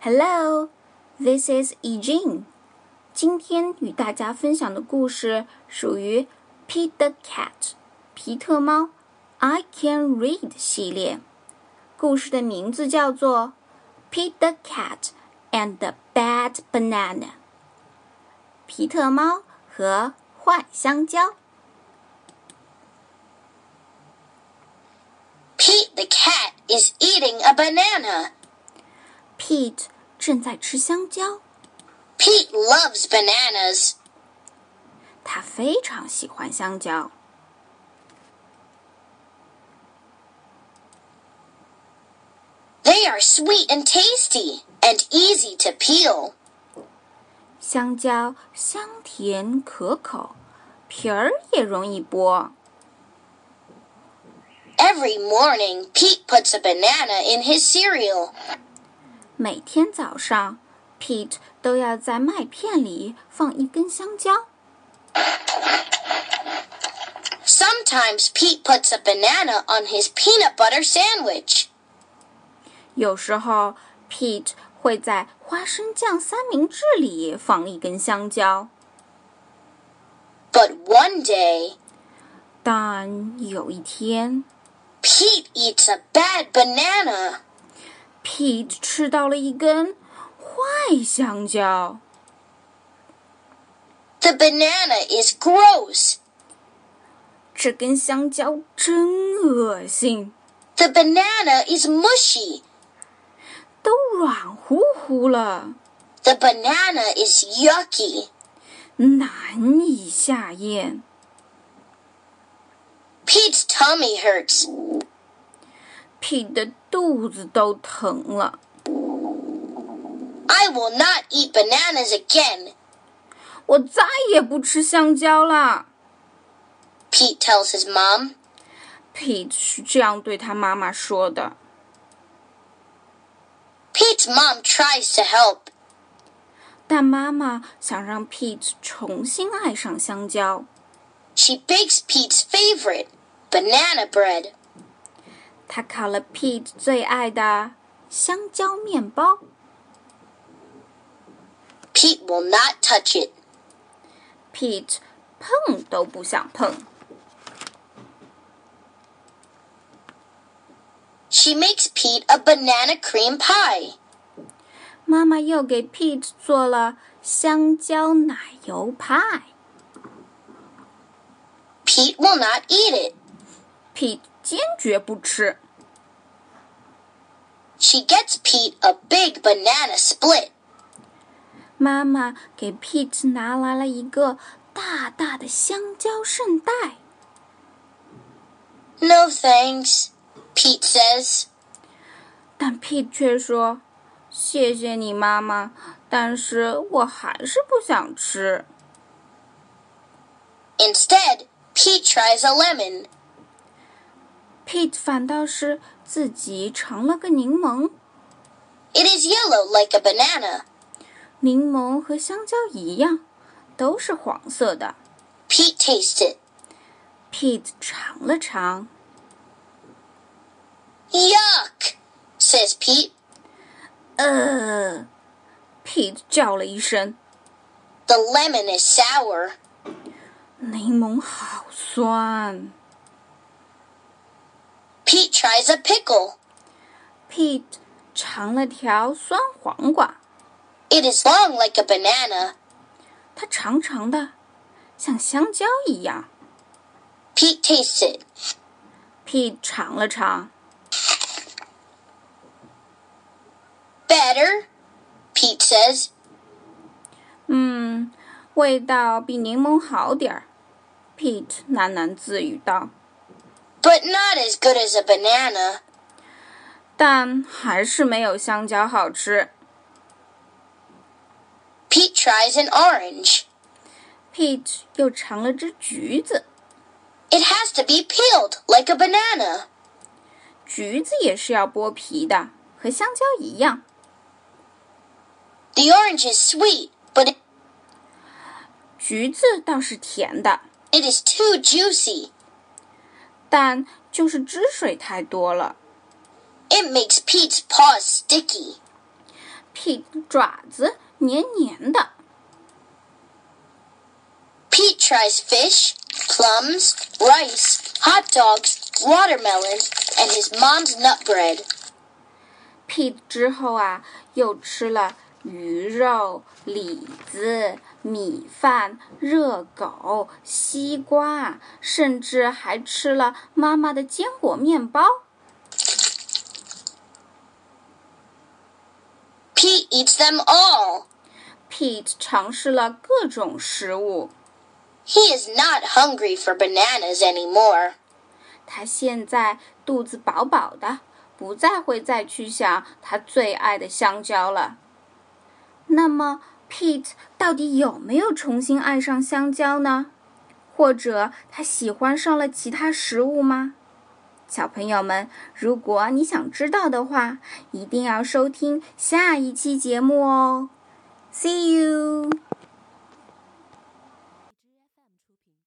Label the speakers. Speaker 1: Hello, this is e j e a n 今天与大家分享的故事属于《Pete the Cat》皮特猫 I Can Read 系列。故事的名字叫做《Pete the Cat and the Bad Banana》。皮特猫和坏香蕉。
Speaker 2: Pete the cat is eating a banana.
Speaker 1: Pete 正在吃香蕉，
Speaker 2: Pete loves bananas.
Speaker 1: 他非常喜欢香蕉。
Speaker 2: They are sweet and tasty and easy to peel.
Speaker 1: 香蕉香甜可口，皮儿也容易剥。
Speaker 2: Every morning, Pete puts a banana in his cereal.
Speaker 1: 每天早上，Pete 都要在麦片里放一根香蕉。
Speaker 2: Sometimes Pete puts a banana on his peanut butter sandwich.
Speaker 1: 有时候，Pete 会在花生酱三明治里放一根香蕉。
Speaker 2: But one day,
Speaker 1: 但有一天
Speaker 2: Pete eats a bad banana.
Speaker 1: ，Pete 吃到了一根坏香蕉，
Speaker 2: The banana is gross.
Speaker 1: 这根香蕉真恶心，
Speaker 2: The banana is mushy.
Speaker 1: 都软乎乎了，
Speaker 2: The banana is yucky.
Speaker 1: 难以下咽。
Speaker 2: Pete's tummy hurts.
Speaker 1: Pete 的肚子都疼了，
Speaker 2: I will not eat bananas again,
Speaker 1: 我再也不吃香蕉啦。
Speaker 2: Pete tells his mom.
Speaker 1: Pete 是这样对他妈妈说的。
Speaker 2: Pete's mom tries to help.
Speaker 1: 但妈妈想让 Pete 重新爱上香蕉，
Speaker 2: She bakes Pete's favorite, banana bread.
Speaker 1: 她烤了 Pete 最爱的香蕉面包。
Speaker 2: Pete will not touch it.
Speaker 1: Pete 碰都不想碰。
Speaker 2: She makes Pete a banana cream pie.
Speaker 1: 妈妈又给 Pete 做了香蕉奶油派
Speaker 2: Pete will not eat it.
Speaker 1: ，Pete 坚决不吃。
Speaker 2: She gets Pete a big banana split.
Speaker 1: 妈妈给 Pete 拿来了一个大大的香蕉圣代。
Speaker 2: No thanks, Pete says.
Speaker 1: 但 Pete 却说：“谢谢你，妈妈，但是我还是不想吃。
Speaker 2: Instead, Pete tries a lemon.
Speaker 1: ”Pete 反倒是自己尝了个柠檬，
Speaker 2: It is yellow like a banana.
Speaker 1: 柠檬和香蕉一样，都是黄色的。
Speaker 2: Pete tastes it.
Speaker 1: Pete 尝了尝，
Speaker 2: Yuck, says Pete.
Speaker 1: 呃，Pete 叫了一声，
Speaker 2: The lemon is sour.
Speaker 1: 柠檬好酸。
Speaker 2: Pete tries a pickle.
Speaker 1: Pete 尝了条酸黄瓜，
Speaker 2: It is long like a banana.
Speaker 1: 它长长的，像香蕉一样。
Speaker 2: Pete tastes it.
Speaker 1: Pete 尝了尝，
Speaker 2: Better, Pete says.
Speaker 1: 嗯，味道比柠檬好点儿。Pete 喃喃自语道
Speaker 2: But not as good as a banana.：“
Speaker 1: 但还是没有香蕉好吃。
Speaker 2: Pete tries an orange.
Speaker 1: ”Pete 又尝了只橘子，
Speaker 2: It has to be peeled like a banana.
Speaker 1: 橘子也是要剥皮的，和香蕉一样。
Speaker 2: The orange is sweet, but it-
Speaker 1: 橘子倒是甜的，
Speaker 2: it is too juicy.
Speaker 1: 但就是汁水太多了。
Speaker 2: It makes Pete's paws sticky.
Speaker 1: Pete 爪子黏黏的。
Speaker 2: Pete tries fish, plums, rice, hot dogs, watermelon, and his mom's nut bread.
Speaker 1: Pete 之后啊，又吃了鱼肉、李子、米饭、热狗、西瓜，甚至还吃了妈妈的坚果面包。
Speaker 2: Pete eats them all.
Speaker 1: Pete 尝试了各种食物，
Speaker 2: He is not hungry for bananas anymore.
Speaker 1: 他现在肚子饱饱的，不再会再去想他最爱的香蕉了。那么，Pete 到底有没有重新爱上香蕉呢？或者他喜欢上了其他食物吗？小朋友们，如果你想知道的话，一定要收听下一期节目哦。See you。